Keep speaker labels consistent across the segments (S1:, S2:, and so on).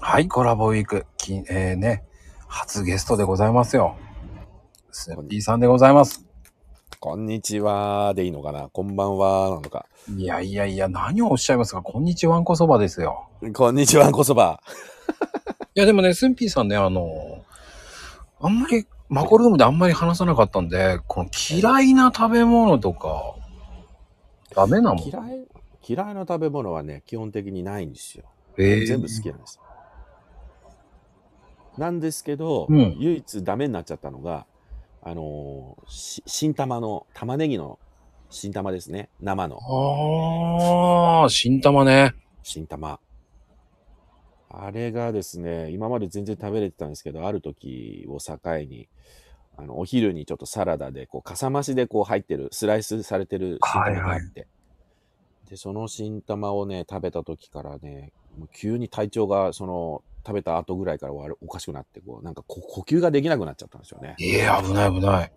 S1: はい、コラボウィーク、きえー、ね、初ゲストでございますよ。スーピーさんでございます。
S2: こんにちはでいいのかなこんばんはなのか。
S1: いやいやいや、何をおっしゃいますか、こんにちはんこそばですよ。
S2: こんにちは、こそば。
S1: いや、でもね、スーピーさんね、あの、あんまり、マコルームであんまり話さなかったんで、この嫌いな食べ物とか、ダメなもん。
S2: 嫌い、嫌いな食べ物はね、基本的にないんですよ。
S1: えー
S2: 全部好きなんです。なんですけど、
S1: うん
S2: 唯一ダメになっちゃったのが、あのーし新玉の、玉ねぎの新玉ですね。生の
S1: あー、新玉ね。
S2: 新玉。あれがですね、今まで全然食べれてたんですけど、ある時を境に、あのお昼にちょっとサラダで、こう、かさ増しでこう入ってる、スライスされてる新玉があって、で、その新玉をね、食べた時からね、もう急に体調が、その、食べた後ぐらいから悪おかしくなって、こう、なんかこ呼吸ができなくなっちゃったんですよね。
S1: えー、危ない危ない。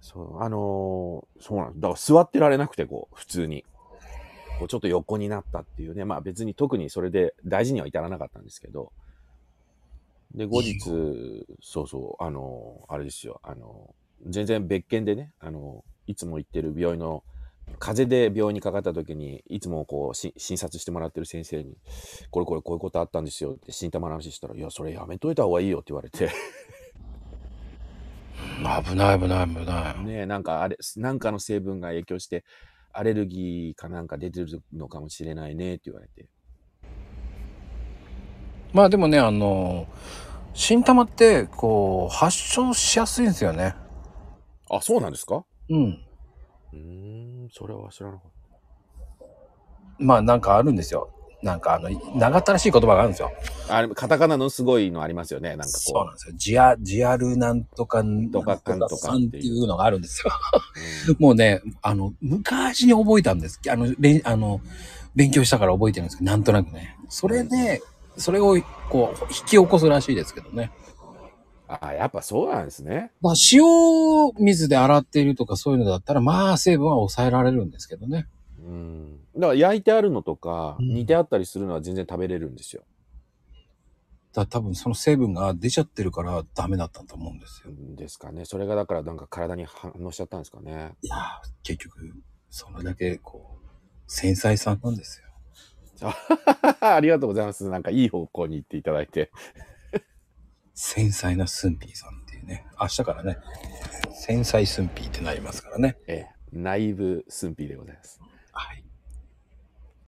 S2: そう、あのーそうなんです。だから座ってられなくて、こう、普通に。こう、ちょっと横になったっていうね。まあ別に特にそれで大事には至らなかったんですけど。で、後日、そうそう、あのーあれですよ、あのー全然別件でね、あのーいつも行ってる病院の、風邪で病院にかかった時に、いつもこう、し診察してもらってる先生に、これこれこういうことあったんですよって、新玉の話したら、いや、それやめといた方がいいよって言われて。
S1: 危ない危ない危ない。
S2: ねえなんかあれなんかの成分が影響してアレルギーかなんか出てるのかもしれないねって言われて
S1: まあでもね、あの、新玉って、こう、発症しやすいんですよね。
S2: あそうなんですか
S1: うん。
S2: うーんそれは知らなかっ
S1: まあなんかあるんですよ。なんかあの、長ったらしい言葉があるんですよ。
S2: たあれカタカナのすごいのありますよねなんか
S1: そう
S2: こ
S1: なんですよ。ジア、ジアルなんとか、
S2: とかかんとか
S1: さんっていうのがあるんですよ。
S2: う、うん
S1: もうね、あの、昔に覚えたんです。あの、れんあの勉強したから覚えてるんですけど、なんとなくね。それで、それを、こう、引き起こすらしいですけどね。
S2: あやっぱそうなんですね
S1: まあ、塩水で洗っているとかそういうのだったら、まあ、成分は抑えられるんですけどね。
S2: うんだから焼いてあるのとか、
S1: うん
S2: 煮てあったりするのは全然食べれるんですよ
S1: だ多分その成分が出ちゃってるからダメだったと思うんですよ。
S2: ですかねそれがだからなんか体に反応しちゃったんですかね
S1: いやー、結局、それだけ、こう、繊細さんなんですよ。
S2: ありがとうございますなんかいい方向に行っていただいて
S1: 繊細なスンピーさんっていうね。明日からね、繊細スンピーってなりますからね。
S2: ええ内部寸否でございます